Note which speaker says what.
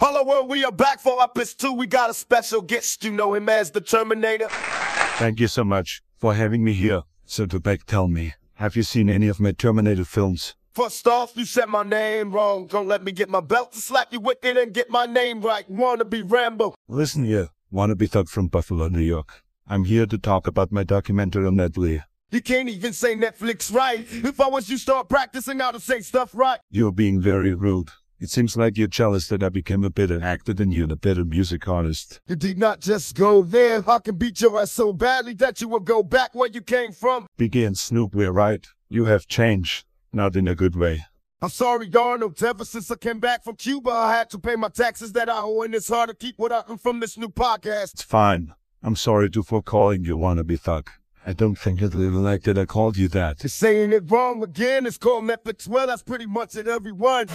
Speaker 1: Hello, world. We are back for Up Is 2. We got a special guest. You know him as the Terminator.
Speaker 2: Thank you so much for having me here. So Trebek, tell me, have you seen any of my Terminator films?
Speaker 1: First off, you said my name wrong. Don't let me get my belt to slap you with it and get my name right. Wanna be Rambo.
Speaker 2: Listen here, wannabe thug from Buffalo, New York. I'm here to talk about my documentary on Ned Lee.
Speaker 1: You can't even say Netflix right. If I was you, start practicing how to say stuff right.
Speaker 2: You're being very rude. It seems like you're jealous that I became a better actor than you and a better music artist.
Speaker 1: You did not just go there. I can beat your ass so badly that you will go back where you came from.
Speaker 2: Biggie and Snoop were right. You have changed, not in a good way.
Speaker 1: I'm sorry, Arnold. Ever since I came back from Cuba, I had to pay my taxes that I owe, and it's hard to keep what I earn from this new podcast.
Speaker 2: It's fine. I'm sorry to for calling you wannabe thug. I don't think I'd really like that I called you that.
Speaker 1: Just saying it wrong again. It's called Netflix. Well, that's pretty much it, everyone.